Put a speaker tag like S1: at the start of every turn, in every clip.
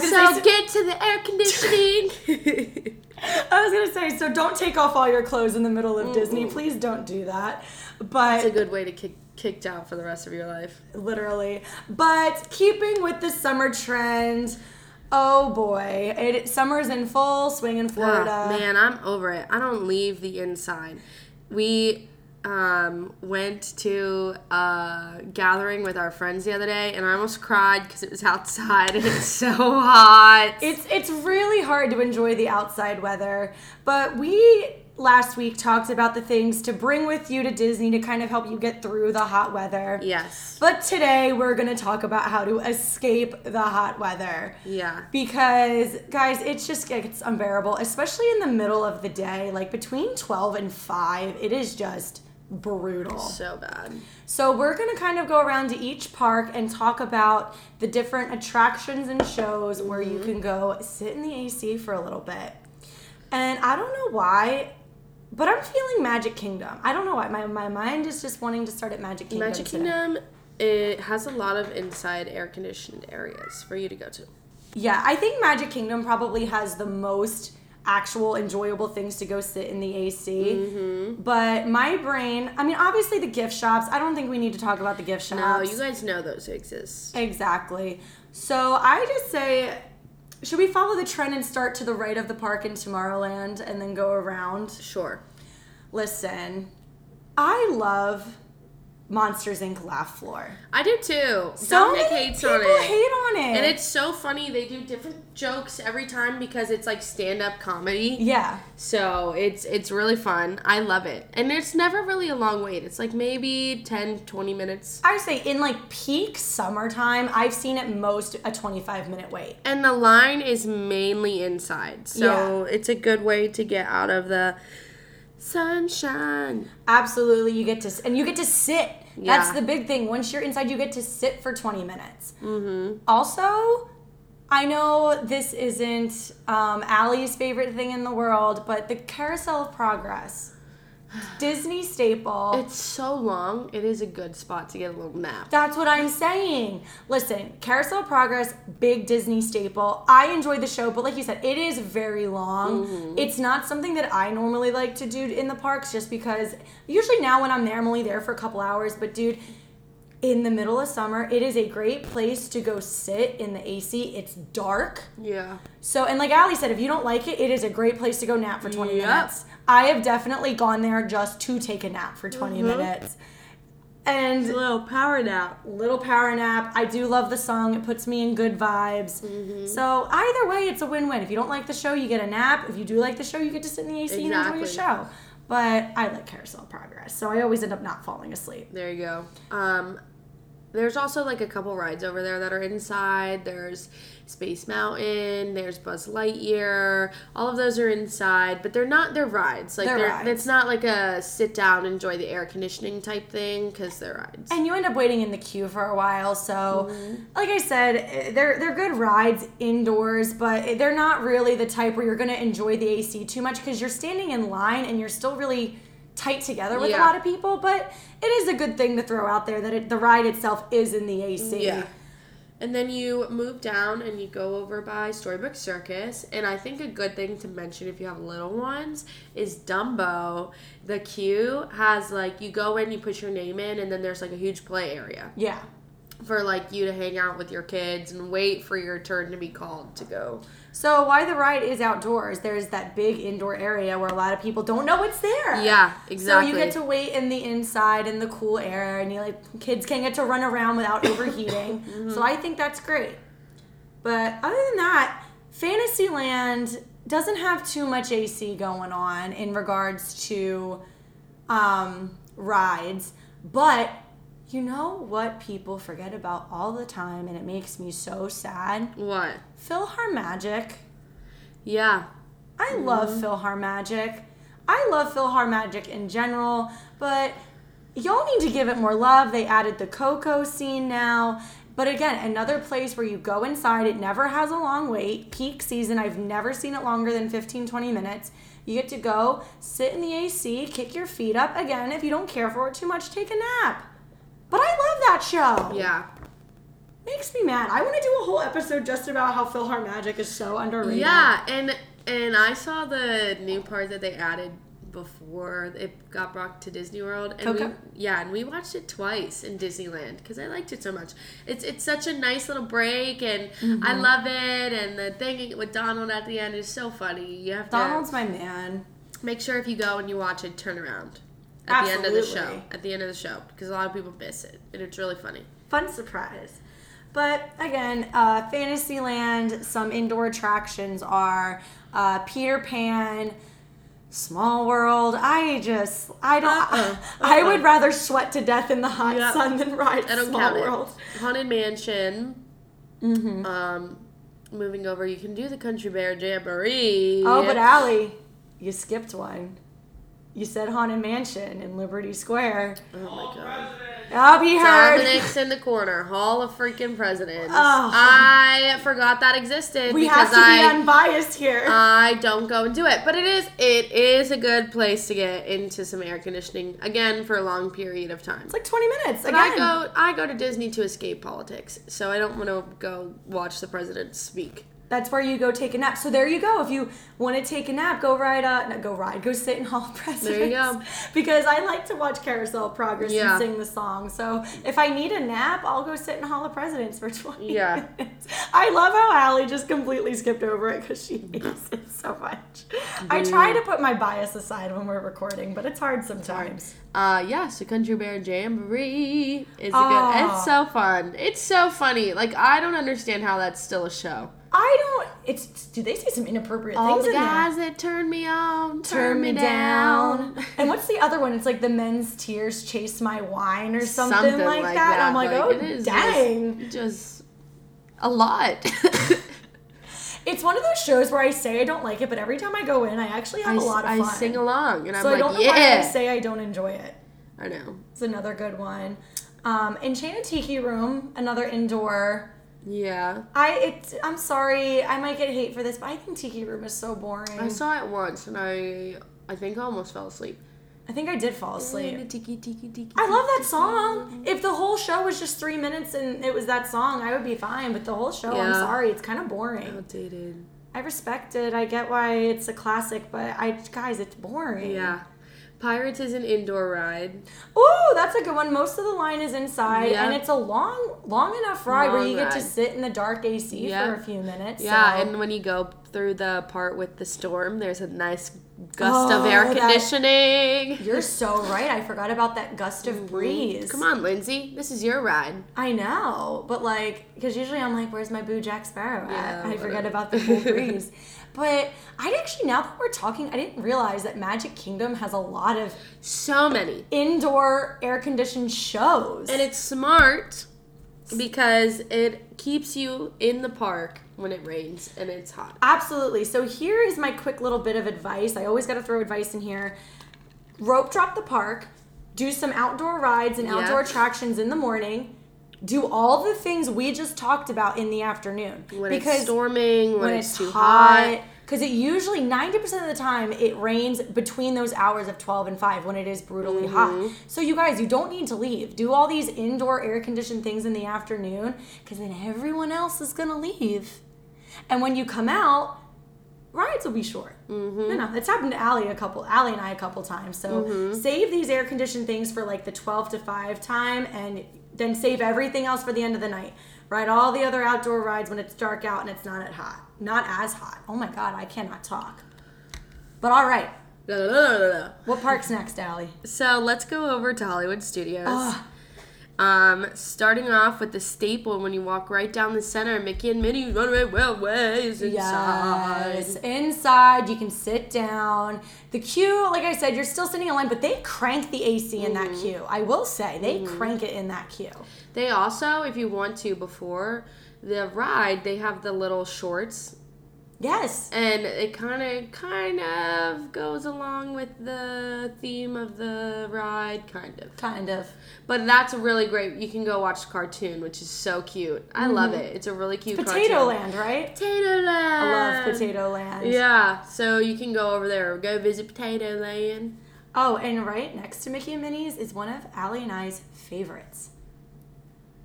S1: get to the air conditioning.
S2: I was gonna say, so don't take off all your clothes in the middle of Disney. Please don't do that. But
S1: It's a good way to kick kicked out for the rest of your life.
S2: literally. But keeping with the summer trend, oh boy, it summer's in full swing in Florida.
S1: Ah, man, I'm over it. I don't leave the inside. We um, went to a gathering with our friends the other day, and I almost cried because it was outside and it's so hot.
S2: It's it's really hard to enjoy the outside weather, but we last week talked about the things to bring with you to Disney to kind of help you get through the hot weather.
S1: yes.
S2: But today we're going to talk about how to escape the hot weather.
S1: Yeah.
S2: Because guys, it's just it's unbearable, especially in the middle of the day, like between 12 and 5, it is just brutal.
S1: So bad.
S2: So we're going to kind of go around to each park and talk about the different attractions and shows where you
S1: Mm-hmm.
S2: can go sit in the AC for a little bit. And I don't know why, but I'm feeling Magic Kingdom. I don't know why. My, my mind is just wanting to start at Magic Kingdom.
S1: Magic
S2: today.
S1: Kingdom, it has a lot of inside air conditioned areas for you to go to.
S2: Yeah, I think Magic Kingdom probably has the most actual enjoyable things to go sit in the AC.
S1: Mm-hmm.
S2: But my brain, I mean, obviously the gift shops. I don't think we need to talk about the gift shops.
S1: Oh, you guys know those exist.
S2: Exactly. So I just say, should we follow the trend and start to the right of the park in Tomorrowland and then go around?
S1: Sure.
S2: Listen, I love Monsters Inc. Laugh Floor.
S1: I do too.
S2: So
S1: Dominic
S2: many
S1: hates
S2: people
S1: on it.
S2: hate on it.
S1: And it's so funny. They do different jokes every time because it's like stand-up comedy.
S2: yeah,
S1: So it's it's really fun. I love it. And it's never really a long wait. It's like maybe 10, 20 minutes.
S2: I say in like peak summertime, I've seen at most a 25 minute wait.
S1: And the line is mainly inside. So it's a good way to get out of the sunshine.
S2: Absolutely, you get to s- and you get to sit.
S1: Yeah.
S2: That's the big thing. Once you're inside, you get to sit for 20 minutes. Mm-hmm. Also, I know this isn't um, Allie's favorite thing in the world, but the Carousel of Progress, Disney staple.
S1: It's so long. It is a good spot to get a little nap.
S2: That's what I'm saying. Listen, Carousel of Progress, big Disney staple. I enjoy the show, but like you said, it is very long. It's not something that I normally like to do in the parks just because usually now when I'm there, I'm only there for a couple hours, but dude, in the middle of summer, it is a great place to go sit in the AC. It's dark.
S1: Yeah.
S2: So, and like Ali said, if you don't like it, it is a great place to go nap for 20
S1: Yep.
S2: minutes. I have definitely gone there just to take a nap for 20 minutes. And
S1: Mm-hmm. little power nap.
S2: little power nap. I do love the song. It puts me in good vibes.
S1: Mm-hmm.
S2: So either way, it's a win-win. If you don't like the show, you get a nap. If you do like the show, you get to sit in the AC and enjoy your
S1: Exactly.
S2: show. But I like Carousel of Progress, so I always end up not falling asleep.
S1: There you go. Um, there's also like a couple rides over there that are inside. There's Space Mountain. There's Buzz Lightyear. All of those are inside, but they're not. They're rides. Like
S2: They're
S1: they're,
S2: rides.
S1: it's not like a sit down, enjoy the air conditioning type thing because they're rides.
S2: And you end up waiting in the queue for a while. So,
S1: Mm-hmm.
S2: like I said, eh, they're they're good rides indoors, but they're not really the type where you're going to enjoy the AC too much because you're standing in line and you're still really tight together with a
S1: Yeah.
S2: lot of people. But it is a good thing to throw out there that it, the ride itself is in the AC.
S1: Mm, yeah. And then you move down and you go over by Storybook Circus. And I think a good thing to mention if you have little ones is Dumbo. The queue has like you go in, you put your name in, and then there's like a huge play area.
S2: Yeah.
S1: for like you to hang out with your kids and wait for your turn to be called to go.
S2: So why the ride is outdoors? There's that big indoor area where a lot of people don't know it's there.
S1: Yeah,
S2: So you
S1: exactly.
S2: get to wait in the inside in the cool air, and you like kids can get to run around without overheating. So I think that's great. But other than that, Fantasyland doesn't have too much AC going on in regards to um, rides, but. You know what people forget about all the time, and it makes me so sad?
S1: What?
S2: Philhar Magic.
S1: Yeah.
S2: I love Philhar Magic. I love Philhar Magic in general, but y'all need to give it more love. They added the Coco scene now. But again, another place where you go inside, it never has a long wait. Peak season, I've never seen it longer than 15, 20 minutes. You get to go, sit in the AC, kick your feet up. Again, if you don't care for it too much, take a nap. But I love that show.
S1: Yeah.
S2: makes me mad. I want to do a whole episode just about how Philhar Magic is so underrated.
S1: Yeah, and and I saw the new part that they added before it got brought to Disney World, and
S2: Coco?
S1: we yeah, and we watched it twice in Disneyland because I liked it so much. It's it's such a nice little break, and I
S2: Mm-hmm.
S1: love it. And the thing with Donald at the end is so funny. You have to
S2: Donald's my man.
S1: make sure if you go and you watch it, turn around at the end of the show.
S2: Absolutely.
S1: At the end of the show, because a lot of people miss it, and it's really funny.
S2: Fun surprise. But again, uh, Fantasyland, some indoor attractions are uh, Peter Pan, Small World. I just, I don't,
S1: Uh-uh,
S2: I
S1: uh-uh.
S2: would rather sweat to death in the hot
S1: Yeah.
S2: sun than ride
S1: I don't
S2: Small
S1: count
S2: World.
S1: it. Haunted Mansion. Um, moving over, you can do the Country Bear Jamboree.
S2: Oh, but Allie, you skipped one. You said Haunted Mansion in Liberty Square.
S1: oh my god.
S2: I'll be heard.
S1: Dominic's in the corner, Hall of freaking Presidents.
S2: Oh.
S1: I forgot that existed
S2: we
S1: because
S2: have to
S1: I uh,
S2: be unbiased here.
S1: I don't go and do it, but it is it is a good place to get into some air conditioning again for a long period of time.
S2: it's like 20 minutes.
S1: But
S2: Again.
S1: I go I go to Disney to escape politics, so I don't want to go watch the president speak.
S2: That's where you go take a nap. So there you go. If you want to take a nap, go ride a no, go ride, go sit in Hall of Presidents.
S1: go.
S2: Because I like to watch Carousel of Progress
S1: Yeah.
S2: and sing the song. So if I need a nap, I'll go sit in Hall of Presidents for twenty.
S1: Yeah.
S2: minutes. I love how Allie just completely skipped over it because she hates it so much. I try to put my bias aside when we're recording, but it's hard sometimes.
S1: Uh yes, the Country Bear Jamboree is a good.
S2: Ah.
S1: It's so fun. It's so funny. Like I don't understand how that's still a show.
S2: I don't. It's do they say some inappropriate
S1: All
S2: things
S1: the
S2: in there?
S1: guys that turn me on, turn,
S2: Turn me down. and what's the other one? It's like the men's tears chase my wine or something, like, that. And I'm like,
S1: it
S2: oh
S1: is
S2: dang.
S1: Just, just a lot.
S2: It's one of those shows where I say I don't like it, but every time I go in, I actually have
S1: I,
S2: a lot of
S1: I
S2: fun.
S1: sing along, and
S2: so I
S1: I'm
S2: don't
S1: like,
S2: know why I
S1: yeah.
S2: say I don't enjoy it.
S1: I know.
S2: It's another good one. Um, Enchanted Tiki Room, another indoor.
S1: Yeah,
S2: I it's I'm sorry, I might get hate for this, but I think Tiki Room is so boring.
S1: I saw it once, and I I think I almost fell asleep.
S2: I think I did fall asleep.
S1: Tiki, tiki, tiki,
S2: I love that song. If the whole show was just three minutes and it was that song, I would be fine. But the whole show, I'm
S1: Yeah.
S2: sorry, it's kind of boring.
S1: Outdated.
S2: I respect it. I get why it's a classic, but I guys, it's boring.
S1: Yeah, Pirates is an indoor ride.
S2: Ooh, that's a good one. Most of the line is inside,
S1: Yeah.
S2: and it's a long, long enough ride where
S1: Long
S2: you get to
S1: ride.
S2: sit in the dark AC
S1: Yeah.
S2: for a few minutes.
S1: Yeah,
S2: so-
S1: and when you go through the part with the storm, there's a nice gust of
S2: Oh,
S1: air
S2: that-
S1: conditioning.
S2: you're so right. I forgot about that gust of breeze.
S1: Come on, Lindsay, this is your ride.
S2: I know, but like, because usually I'm like, "Where's my Boo Jack Sparrow at?"
S1: Yeah,
S2: I forget
S1: whatever.
S2: about the cool breeze. But I actually, now that we're talking, I didn't realize that Magic Kingdom has a lot of
S1: So many.
S2: indoor air conditioned shows.
S1: And it's smart because it keeps you in the park when it rains and it's hot.
S2: Absolutely. So here is my quick little bit of advice. I always got to throw advice in here. Rope drop the park, do some outdoor rides and
S1: Yeah.
S2: outdoor attractions in the morning. Do all the things we just talked about in the afternoon.
S1: When it's storming, when,
S2: when
S1: it's,
S2: it's
S1: too
S2: hot.
S1: hot.
S2: Because it usually 90% of the time it rains between those hours of 12 and 5 when it is brutally
S1: Mm-hmm.
S2: hot. So you guys, you don't need to leave. Do all these indoor air conditioned things in the afternoon because then everyone else is going to leave. And when you come out, rides will be short. Mm-hmm. No, no, it's happened to Allie a couple, Allie and I a couple times. So save these air conditioned things for like the 12 to 5 time and then save everything else for the end of the night. Ride all the other outdoor rides when it's dark out and it's not at hot. Not as hot. Oh my God, I cannot talk. But all right,
S1: Da, da, da, da, da.
S2: what park's next, Allie?
S1: So let's go over to Hollywood Studios.
S2: Ugh.
S1: Um, starting off with the staple when you walk right down the center, Mickey and Minnie Runaway Railway is inside.
S2: Yes, inside. You can sit down. The queue, like I said, you're still sitting in line, but they crank the AC in that queue. I will say, they crank it in that queue.
S1: They also, if you want to, before the ride, they have the little shorts
S2: Yes.
S1: and it kind of kind of goes along with the theme of the ride kind of
S2: Kind of.
S1: but that's really great you can go watch the cartoon which is so cute i love it it's a really cute
S2: Mm-hmm. Potato
S1: cartoon.
S2: Land, right?
S1: potato land
S2: I love Potato Land.
S1: yeah so you can go over there go visit potato land
S2: Oh, and right next to Mickey and Minnie's is one of Allie and I's favorites.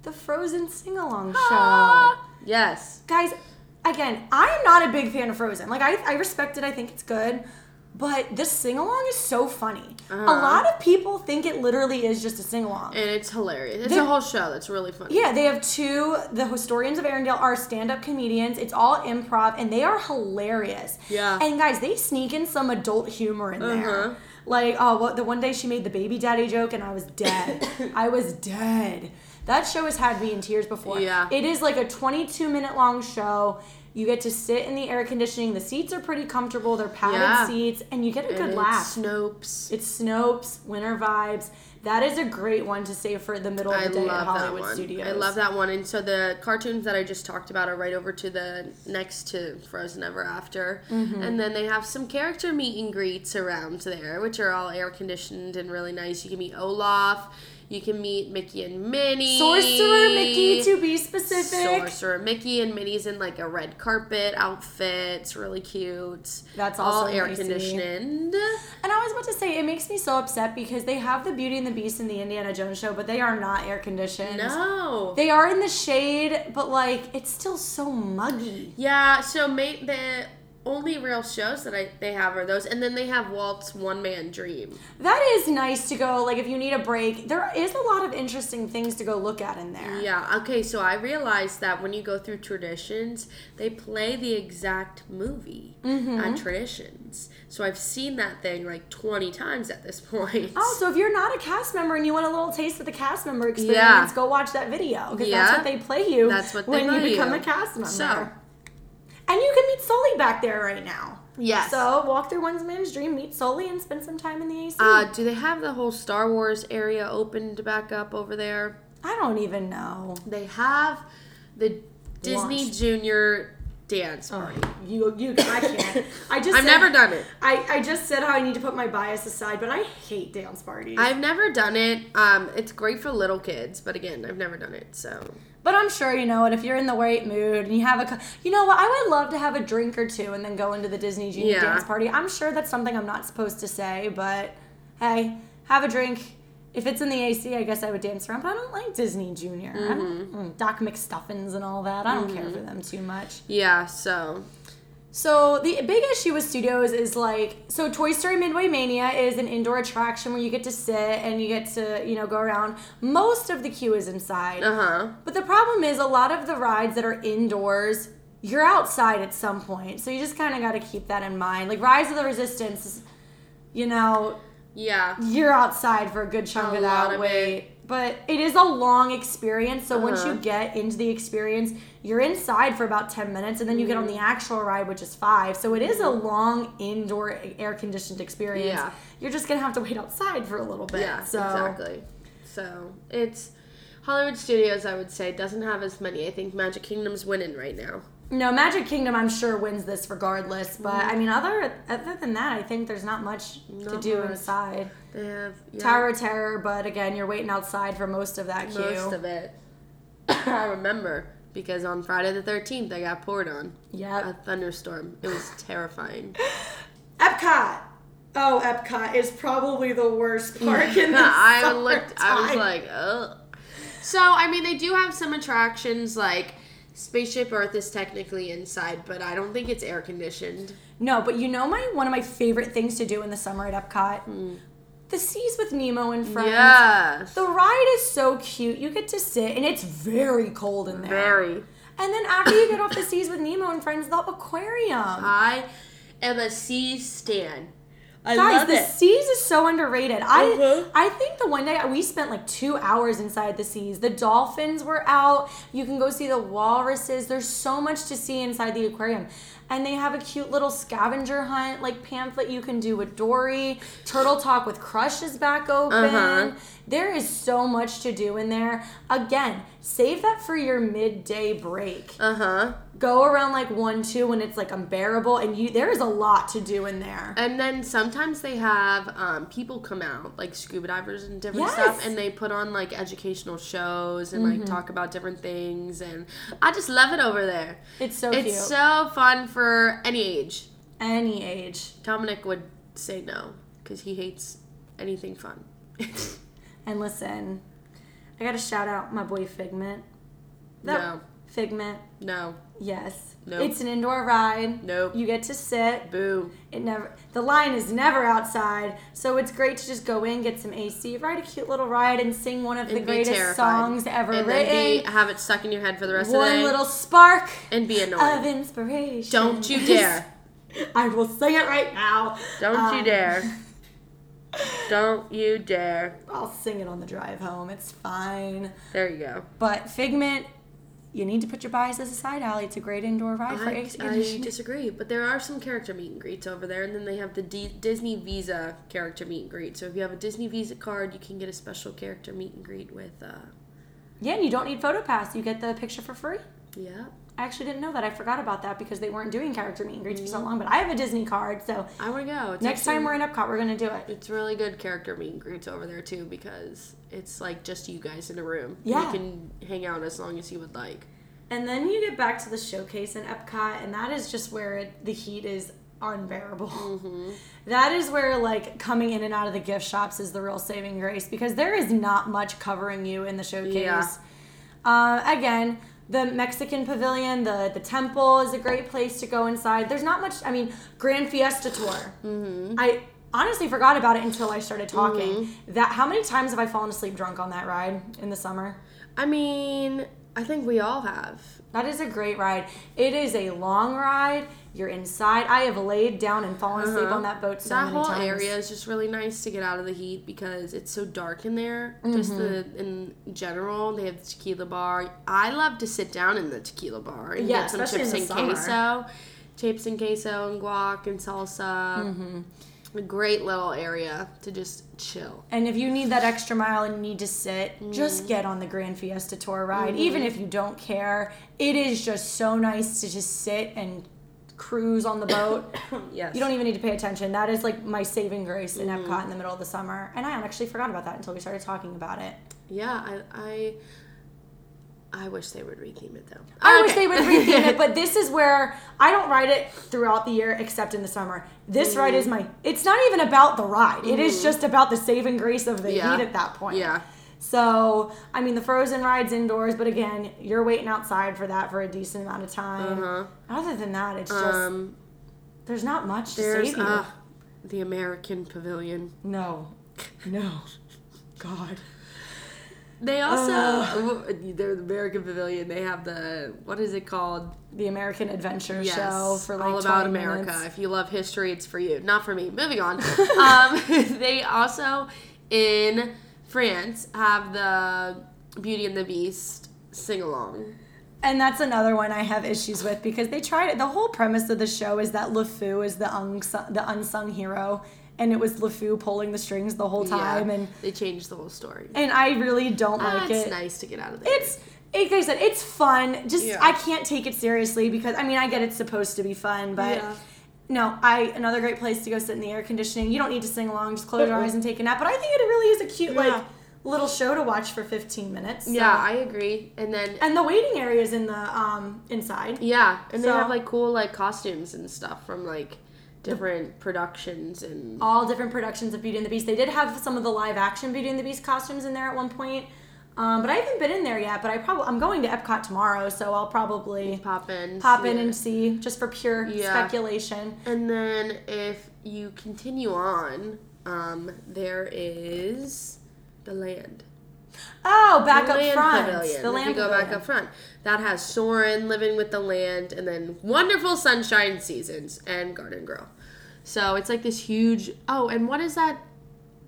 S2: the Frozen sing along show.
S1: Ah. Yes.
S2: Guys, again, I am not a big fan of Frozen. Like, I, I respect it, I think it's good. But this sing along is so funny.
S1: Uh-huh.
S2: A lot of people think it literally is just a sing along.
S1: And it's hilarious. It's
S2: They-
S1: a whole show that's really funny.
S2: Yeah, they have two. The historians of Arendelle are stand-up comedians. It's all improv, and they are hilarious.
S1: Yeah.
S2: And guys, they sneak in some adult humor in
S1: Uh-huh.
S2: there. Like, oh, what the one day she made the baby daddy joke, and I was dead. I was dead. That show has had me in tears before.
S1: Yeah.
S2: It is like a 22 minute long show. You get to sit in the air conditioning. The seats are pretty comfortable. They're padded
S1: Yeah.
S2: seats, and you get a
S1: And
S2: good
S1: it's
S2: laugh.
S1: Snopes.
S2: It's Snopes, winter vibes. That is a great one to say for the middle of
S1: I
S2: the day at
S1: love that
S2: Hollywood
S1: one.
S2: Studios.
S1: I love that one. And so the cartoons that I just talked about are right over to the next to Frozen Ever After.
S2: Mm-hmm.
S1: And then they have some character meet and greets around there, which are all air conditioned and really nice. You can meet Olaf. You can meet Mickey and Minnie.
S2: Sorcerer Mickey, to be specific.
S1: Sorcerer Mickey and Minnie's in like a red carpet outfit. It's really cute.
S2: That's
S1: all
S2: also
S1: air
S2: nice to me.
S1: conditioned.
S2: and I was about to say, it makes me so upset because they have the Beauty and the Beast and the Indiana Jones show, but they are not air conditioned.
S1: No.
S2: They are in the shade, but like it's still so muggy.
S1: Yeah, so mate, the only real shows that I they have are those, and then they have Walt's One Man Dream.
S2: That is nice to go. Like if you need a break, there is a lot of interesting things to go look at in there.
S1: Yeah, okay, so I realized that when you go through traditions, they play the exact movie at traditions. So I've seen that thing like twenty times at this point.
S2: Oh, so if you're not a cast member and you want a little taste of the cast member experience,
S1: Yeah.
S2: go watch that video because
S1: Yeah.
S2: that's what they play you
S1: That's what they
S2: when you
S1: play
S2: become
S1: you.
S2: a cast member.
S1: So.
S2: And you can meet Sully back there right now.
S1: Yes.
S2: So walk through one's man's dream, meet Sully, and spend some time in the AC.
S1: uh, do they have the whole Star Wars area opened back up over there?
S2: I don't even know.
S1: They have the Disney
S2: Launched.
S1: Junior dance party.
S2: You, you, I can't. I just. said-
S1: I've never done it.
S2: I, I just said how I need to put my bias aside, but I hate dance parties.
S1: I've never done it. Um, it's great for little kids, but again, I've never done it. So
S2: but I'm sure you know it. If you're in the right mood and you have a, co- you know what, I would love to have a drink or two and then go into the Disney Junior
S1: Yeah.
S2: dance party. I'm sure that's something I'm not supposed to say, but hey, have a drink. If it's in the AC, I guess I would dance around, but I don't like Disney Junior. I don't- mm, Doc McStuffins and all that. I don't care for them too much.
S1: yeah, so
S2: So the big issue with studios is like so Toy Story Midway Mania is an indoor attraction where you get to sit and you get to, you know, go around. Most of the queue is inside.
S1: uh huh.
S2: But the problem is a lot of the rides that are indoors, you're outside at some point. So you just kind of got to keep that in mind. Like Rise of the Resistance, is, you know,
S1: Yeah,
S2: you're outside for a good chunk
S1: A
S2: of
S1: lot
S2: that
S1: of
S2: wait. But it is a long experience. So once you
S1: Uh-huh.
S2: get into the experience, you're inside for about 10 minutes and then you get on
S1: Mm-hmm.
S2: the actual ride, which is five. So it is a long indoor air conditioned experience.
S1: Yeah.
S2: You're just going to have to wait outside for a little bit.
S1: yeah,
S2: so.
S1: exactly. So it's Hollywood Studios. I would say doesn't have as many. I think Magic Kingdom's winning right now.
S2: No, Magic Kingdom, I'm sure wins this regardless. But I mean, other other than that, I think there's not much to
S1: Mm-hmm. Not
S2: do
S1: much.
S2: inside.
S1: They have yeah,
S2: Tower of Terror, but again, you're waiting outside for most of that queue.
S1: most of it. I remember because on Friday the thirteenth, I got poured on a
S2: yeah.
S1: thunderstorm. It was terrifying.
S2: Epcot. Oh, Epcot is probably the worst park in the
S1: I looked. I was
S2: summertime.
S1: like, oh. So I mean, they do have some attractions like Spaceship Earth is technically inside, but I don't think it's air conditioned.
S2: No, but you know my one of my favorite things to do in the summer at Epcot? The seas with Nemo and friends.
S1: Mm. Yeah,
S2: The ride is so cute. You get to sit, and it's very cold in there.
S1: very.
S2: And then after you get off the seas with Nemo and friends, the aquarium.
S1: I am a sea stan. I
S2: Guys,
S1: love
S2: the
S1: it.
S2: seas is so underrated. I
S1: Mhm.
S2: I think the one day we spent like two hours inside the seas. The dolphins were out. You can go see the walruses. There's so much to see inside the aquarium. And they have a cute little scavenger hunt, like pamphlet you can do with Dory. Turtle Talk with Crush is back open.
S1: Uh-huh.
S2: There is so much to do in there. Again, save that for your midday break.
S1: Uh huh.
S2: go around like one two when it's like unbearable and you there is a lot to do in there
S1: And then sometimes they have um, people come out, like scuba divers and different stuff,
S2: Yes. Mm-hmm.
S1: and they put on like educational shows and like talk about different things. And I just love it over there.
S2: it's so
S1: it's
S2: cute
S1: so fun for any age.
S2: any age
S1: Dominic would say no because he hates anything fun.
S2: and listen I gotta shout out my boy Figment.
S1: No.
S2: Figment.
S1: No.
S2: Yes.
S1: Nope.
S2: It's an indoor ride.
S1: Nope.
S2: You get to sit.
S1: Boo.
S2: It never the line is never outside, so it's great to just go in, get some AC, ride a cute little ride, and sing one of the
S1: And be
S2: greatest
S1: terrified.
S2: songs ever
S1: And
S2: written.
S1: then be, have it stuck in your head for the rest of the
S2: one
S1: day.
S2: little spark
S1: and be annoyed.
S2: of inspiration.
S1: Don't you dare.
S2: I will sing it right now.
S1: Don't you
S2: Um,
S1: dare. Don't you dare.
S2: I'll sing it on the drive home. It's fine.
S1: There you go.
S2: But Figment, you need to put your biases aside, Allie. It's a great indoor ride for
S1: I,
S2: air
S1: I
S2: conditioning.
S1: disagree, but there are some character meet and greets over there, and then they have the D- Disney Visa character meet and greet. So if you have a Disney Visa card, you can get a special character meet and greet with. Uh,
S2: Yeah, and you don't need photo pass. You get the picture for free.
S1: yeah,
S2: I actually didn't know that. I forgot about that because they weren't doing character meet and greets
S1: Mm-hmm.
S2: for so long. But I have a Disney card, so
S1: I want to go. It's
S2: next
S1: actually-
S2: time we're in Epcot, we're gonna do it.
S1: It's really good character meet and greets over there too because it's like just you guys in a room.
S2: Yeah.
S1: You can hang out as long as you would like.
S2: And then you get back to the showcase in Epcot, and that is just where it, the heat is unbearable. That is where like coming in and out of the gift shops is the real saving grace because there is not much covering you in the showcase.
S1: Yeah.
S2: Uh, again, the Mexican Pavilion, the the temple is a great place to go inside. There's not much. I mean, Grand Fiesta Tour. I honestly forgot about it until I started talking. That how many times have I fallen asleep drunk on that ride in the summer?
S1: I mean, I think we all have.
S2: That is a great ride. It is a long ride. You're inside. I have laid down and fallen asleep on that boat so
S1: Uh-huh. that
S2: many
S1: whole
S2: times.
S1: area is just really nice to get out of the heat because it's so dark in there. Just the
S2: Mm-hmm.
S1: in general, they have the tequila bar. I love to sit down in the tequila bar and
S2: Yeah,
S1: get some
S2: especially
S1: chips
S2: in
S1: and
S2: the
S1: queso, chips and queso and guac and salsa.
S2: Mm-hmm.
S1: A great little area to just chill.
S2: And if you need that extra mile and you need to sit,
S1: Mm.
S2: just get on the Grand Fiesta Tour ride.
S1: Mm-hmm.
S2: Even if you don't care, it is just so nice to just sit and cruise on the boat.
S1: Yes.
S2: you don't even need to pay attention. That is like my saving grace in
S1: Mm.
S2: Epcot in the middle of the summer. And I actually forgot about that until we started talking about it.
S1: Yeah, I I, I wish they would retheme it though.
S2: I wish they would retheme it, but this is where I don't ride it throughout the year except in the summer. This ride is
S1: Mm-hmm.
S2: my. It's not even about the ride. It is just about the saving grace of the
S1: Yeah.
S2: heat at that point.
S1: Yeah.
S2: So I mean, the frozen rides indoors, but again, you're waiting outside for that for a decent amount of time.
S1: Uh-huh.
S2: Other than that, it's just
S1: Um,
S2: there's not much to
S1: there's
S2: save you.
S1: uh, the American Pavilion.
S2: no, no, God.
S1: They also they're the American Pavilion. They have the what is it called?
S2: The American Adventure Show for like
S1: all about
S2: 20
S1: America.
S2: minutes.
S1: If you love history, it's for you. Not for me. Moving on. um, they also in France have the Beauty and the Beast sing along.
S2: And that's another one I have issues with because they tried it. The whole premise of the show is that LeFou is the unsung, the unsung hero, and it was LeFou pulling the strings the whole time, and
S1: they changed the whole story.
S2: and I really don't like
S1: That's
S2: it.
S1: Ah, nice to get out of there.
S2: It's like I said, it's fun. Just
S1: Yeah.
S2: I can't take it seriously because I mean I get it's supposed to be fun, but.
S1: Yeah.
S2: No, I another great place to go sit in the air conditioning. You don't need to sing along; just close your eyes and take a nap. But I think it really is a cute,
S1: Uh-uh. Yeah.
S2: like, little show to watch for 15 minutes. so-
S1: yeah, I agree. And then
S2: and the waiting area is in the um inside.
S1: yeah, and they
S2: So-
S1: have like cool like costumes and stuff from like different productions and
S2: all different productions of Beauty and the Beast. They did have some of the live action Beauty and the Beast costumes in there at one point. Um, but I haven't been in there yet. But I probably I'm going to Epcot tomorrow, so I'll probably
S1: pop in.
S2: pop
S1: see
S2: in
S1: it.
S2: and see just for pure
S1: Yeah.
S2: speculation.
S1: And then if you continue on, um, there is the land.
S2: Oh, back
S1: the
S2: up
S1: land
S2: front,
S1: pavilion.
S2: the land
S1: if you go back
S2: pavilion.
S1: up front, that has Soren living with the land, and then wonderful sunshine seasons and Garden Girl. So it's like this huge. Oh, and what is that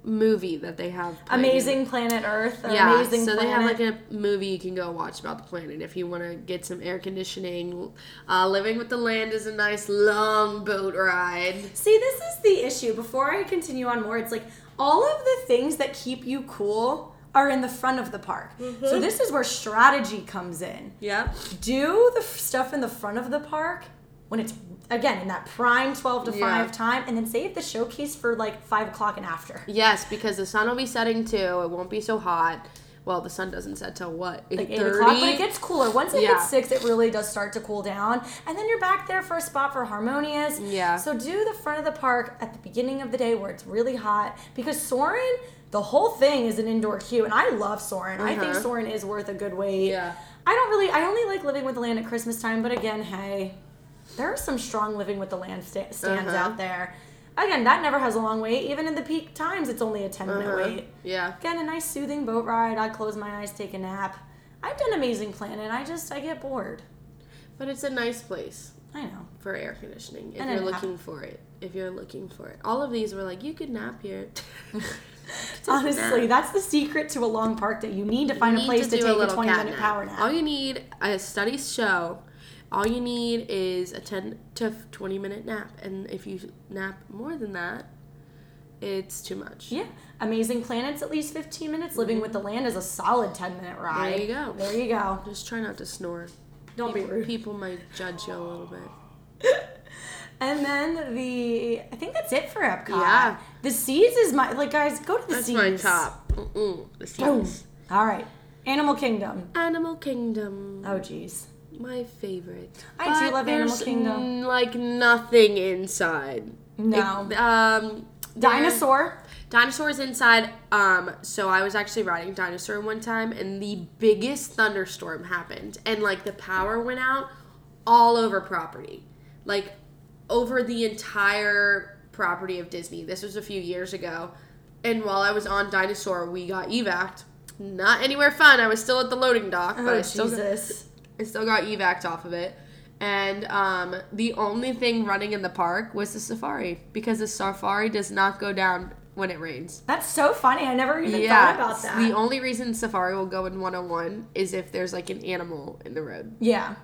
S1: movie that they have? playing?
S2: Amazing Planet Earth. Or
S1: Yeah,
S2: amazing
S1: so they have
S2: Planet.
S1: like a movie you can go watch about the planet if you want to get some air conditioning. Uh, living with the land is a nice long boat ride.
S2: See, this is the issue. Before I continue on more, it's like all of the things that keep you cool are in the front of the park.
S1: Mm-hmm.
S2: So this is where strategy comes in.
S1: Yep.
S2: do the f- stuff in the front of the park when it's again in that prime 12 to 5
S1: Yeah.
S2: time and then save the showcase for like 5 o'clock and after
S1: Yes, because the sun will be setting too. It won't be so hot. well, the sun doesn't set till what?
S2: like
S1: 8:30?
S2: eight o'clock, but it gets cooler. Once it
S1: Yeah.
S2: hits six, it really does start to cool down, and then you're back there for a spot for harmonious.
S1: Yeah.
S2: So do the front of the park at the beginning of the day where it's really hot because Soren, the whole thing is an indoor queue, and I love Soren. I think
S1: Uh-huh.
S2: Soren is worth a good wait.
S1: Yeah.
S2: I don't really. I only like living with the land at Christmas time, but again, hey, there are some strong living with the land sta- stands
S1: Uh-huh.
S2: out there. Again, that never has a long wait. Even in the peak times, it's only a ten minute
S1: Uh-huh.
S2: wait.
S1: Yeah.
S2: Again, a nice soothing boat ride. I close my eyes, take a nap. I've done Amazing Planet. I just I get bored.
S1: But it's a nice place
S2: I know.
S1: for air conditioning if
S2: And a
S1: you're
S2: nap.
S1: looking for it. If you're looking for it. All of these were like, you could nap here.
S2: Honestly, that's the secret to a long park day. You need to find a
S1: need
S2: place to,
S1: do
S2: take a,
S1: little Oh,
S2: 20
S1: cat
S2: minute power nap.
S1: All you need, as studies show, all you need is a 10 to 20 minute nap. And if you nap more than that, it's too much.
S2: Yeah. Amazing Planet's at least 15 minutes. Living with the Land is a solid 10 minute ride.
S1: Mm-hmm. you go.
S2: There you go.
S1: Just try not to snore.
S2: Don't be
S1: People-
S2: rude.
S1: People might judge you a little bit.
S2: And then the I think that's it for Epcot.
S1: Yeah.
S2: The Seas is my like guys, go to the
S1: That's
S2: Seas.
S1: my top. Mm-mm, the
S2: Boom.
S1: seas.
S2: All right. Animal Kingdom.
S1: Animal Kingdom.
S2: Oh geez.
S1: My favorite.
S2: I do love Animal
S1: there's,
S2: Kingdom.
S1: mm, like nothing inside.
S2: No.
S1: It- um, there-
S2: Dinosaur.
S1: Dinosaurs inside. Um, so I was actually riding dinosaur one time, and the biggest thunderstorm happened, and like the power went out all over property, like over the entire property of Disney. This was a few years ago, and while I was on dinosaur, we got evac'd. Not anywhere fun. I was still at the loading dock, but
S2: Oh
S1: I still got-
S2: Jesus.
S1: I still got evac'd off of it. And um, the only thing running in the park was the safari because the safari does not go down when it rains.
S2: That's so funny. I never even thought about that.
S1: The only reason safari will go in 101 is if there's like an animal in the road.
S2: yeah.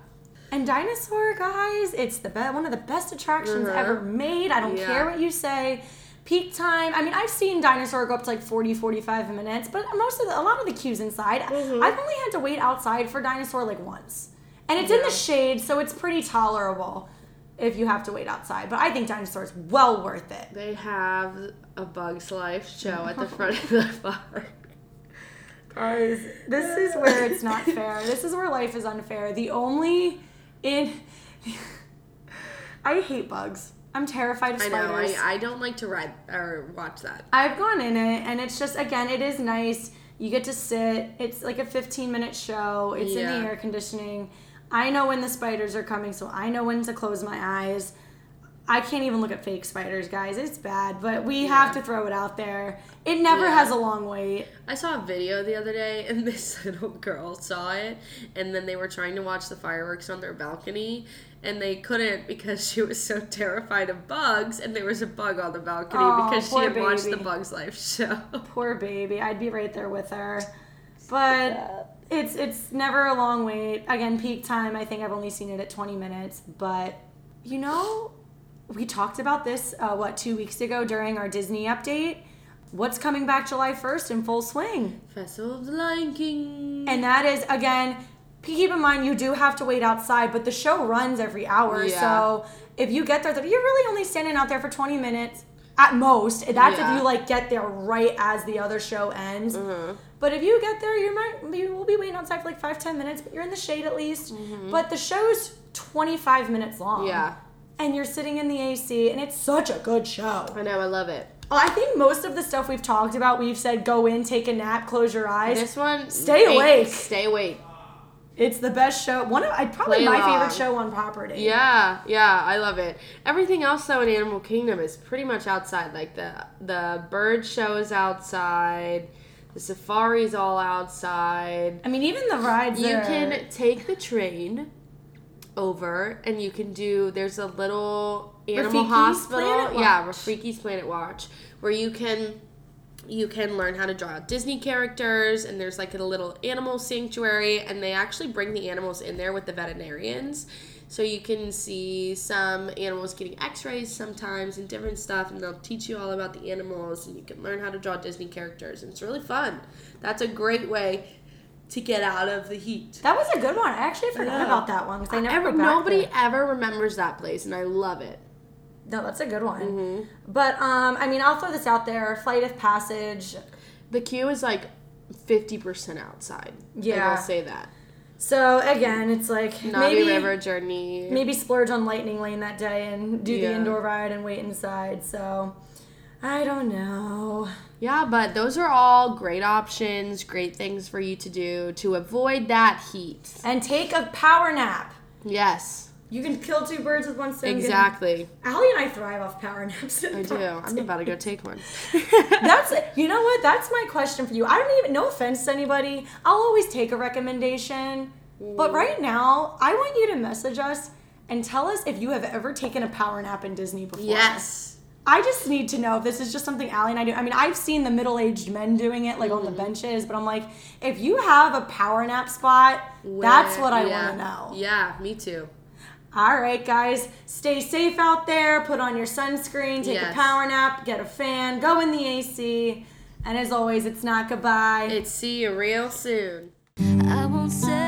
S2: And dinosaur guys, it's the be- one of the best attractions
S1: Mhm.
S2: ever made. I don't
S1: Yeah.
S2: care what you say. Peak time. I mean, I've seen dinosaur go up to like 40, 45 minutes, but most of the, a lot of the queues inside, I've only had to wait outside for dinosaur like once. And it's in the shade, so it's pretty tolerable if you have to wait outside. But I think dinosaur is well worth it.
S1: They have a Bug's Life show at the front of the park.
S2: Guys, this is where it's not fair. This is where life is unfair. The only in I hate bugs. I'm terrified of
S1: I know.
S2: spiders.
S1: I, I don't like to ride or watch that.
S2: I've gone in it and it's just again, it is nice. You get to sit. It's like a 15 minute show. It's in
S1: Yeah.
S2: the air conditioning. I know when the spiders are coming, so I know when to close my eyes. I can't even look at fake spiders, guys. It's bad, but we have to throw it out there. It never
S1: Yeah.
S2: has a long wait.
S1: I saw a video the other day, and this little girl saw it, and then they were trying to watch the fireworks on their balcony, and they couldn't because she was so terrified of bugs, and there was a bug on the balcony
S2: Aw,
S1: because she
S2: poor
S1: had watched the
S2: baby.
S1: Bugs Life show.
S2: Poor baby. I'd be right there with her. But it's it's never a long wait. Again, peak time, I think I've only seen it at 20 minutes, but you know, we talked about this uh, what 2 weeks ago during our Disney update. What's coming back July 1st in full swing?
S1: Festival of the Lion King.
S2: And that is again, keep in mind you do have to wait outside, but the show runs every hour.
S1: Yeah.
S2: So, if you get there, you're really only standing out there for 20 minutes at most. That's
S1: Yeah. Mm-hmm.
S2: if you like get there right as the other show ends. But if you get there, you might you will be waiting outside for like five ten minutes, but you're in the shade at least. But the show's 25 minutes long.
S1: Mm-hmm. Yeah.
S2: And you're sitting in the AC, and it's such a good show. Oh,
S1: I know, I love it.
S2: I think most of the stuff we've talked about, we've said go in, take a nap, close your eyes.
S1: This one.
S2: Stay
S1: hey,
S2: awake.
S1: Stay awake.
S2: It's the best show. One of I probably
S1: Play
S2: my
S1: along.
S2: favorite show on property.
S1: Yeah, yeah, I love it. Everything else though in Animal Kingdom is pretty much outside. Like the the bird show is outside, the safari's all outside.
S2: I mean, even the rides.
S1: You
S2: there-
S1: can take the train over and you can do there's a little animal
S2: Rafiki's
S1: hospital.
S2: Planet
S1: Yeah,
S2: Watch.
S1: Rafiki's Planet Watch where you can you can learn how to draw out Disney characters, and there's like a little animal sanctuary, and they actually bring the animals in there with the veterinarians. So you can see some animals getting x rays sometimes and different stuff, and they'll teach you all about the animals, and you can learn how to draw Disney characters, and it's really fun. That's a great way to get out of the heat.
S2: That was a good one. I actually forgot
S1: Yeah.
S2: about that one because I never.
S1: Ever-
S2: go back
S1: nobody
S2: there.
S1: ever remembers that place, and I love it.
S2: No, that's a good one.
S1: Mm-hmm.
S2: But um, I mean, I'll throw this out there: Flight of Passage.
S1: The queue is like fifty percent outside.
S2: Yeah.
S1: like, I'll say that.
S2: So again, it's like
S1: Navi
S2: maybe
S1: River Journey.
S2: maybe splurge on Lightning Lane that day and do
S1: Yeah.
S2: the indoor ride and wait inside. So I don't know.
S1: Yeah, but those are all great options, great things for you to do to avoid that heat.
S2: And take a power nap.
S1: Yes,
S2: You can kill two birds with one stone.
S1: exactly.
S2: Allie and I thrive off power naps.
S1: I do. I'm about to go take one.
S2: That's you know what? That's my question for you. I don't even no offense to anybody. I'll always take a recommendation. But right now, I want you to message us and tell us if you have ever taken a power nap in Disney before.
S1: yes.
S2: I just need to know if this is just something Allie and I do. I mean, I've seen the middle aged men doing it, like on
S1: Mm-hmm.
S2: the benches, but I'm like, if you have a power nap spot, that's
S1: Where-
S2: what I
S1: yeah.
S2: want to know.
S1: Yeah, me too.
S2: All right, guys, stay safe out there. Put on your sunscreen, take
S1: Yes.
S2: a power nap, get a fan, go in the AC. And as always, it's not goodbye.
S1: It's see you real soon.
S3: I won't say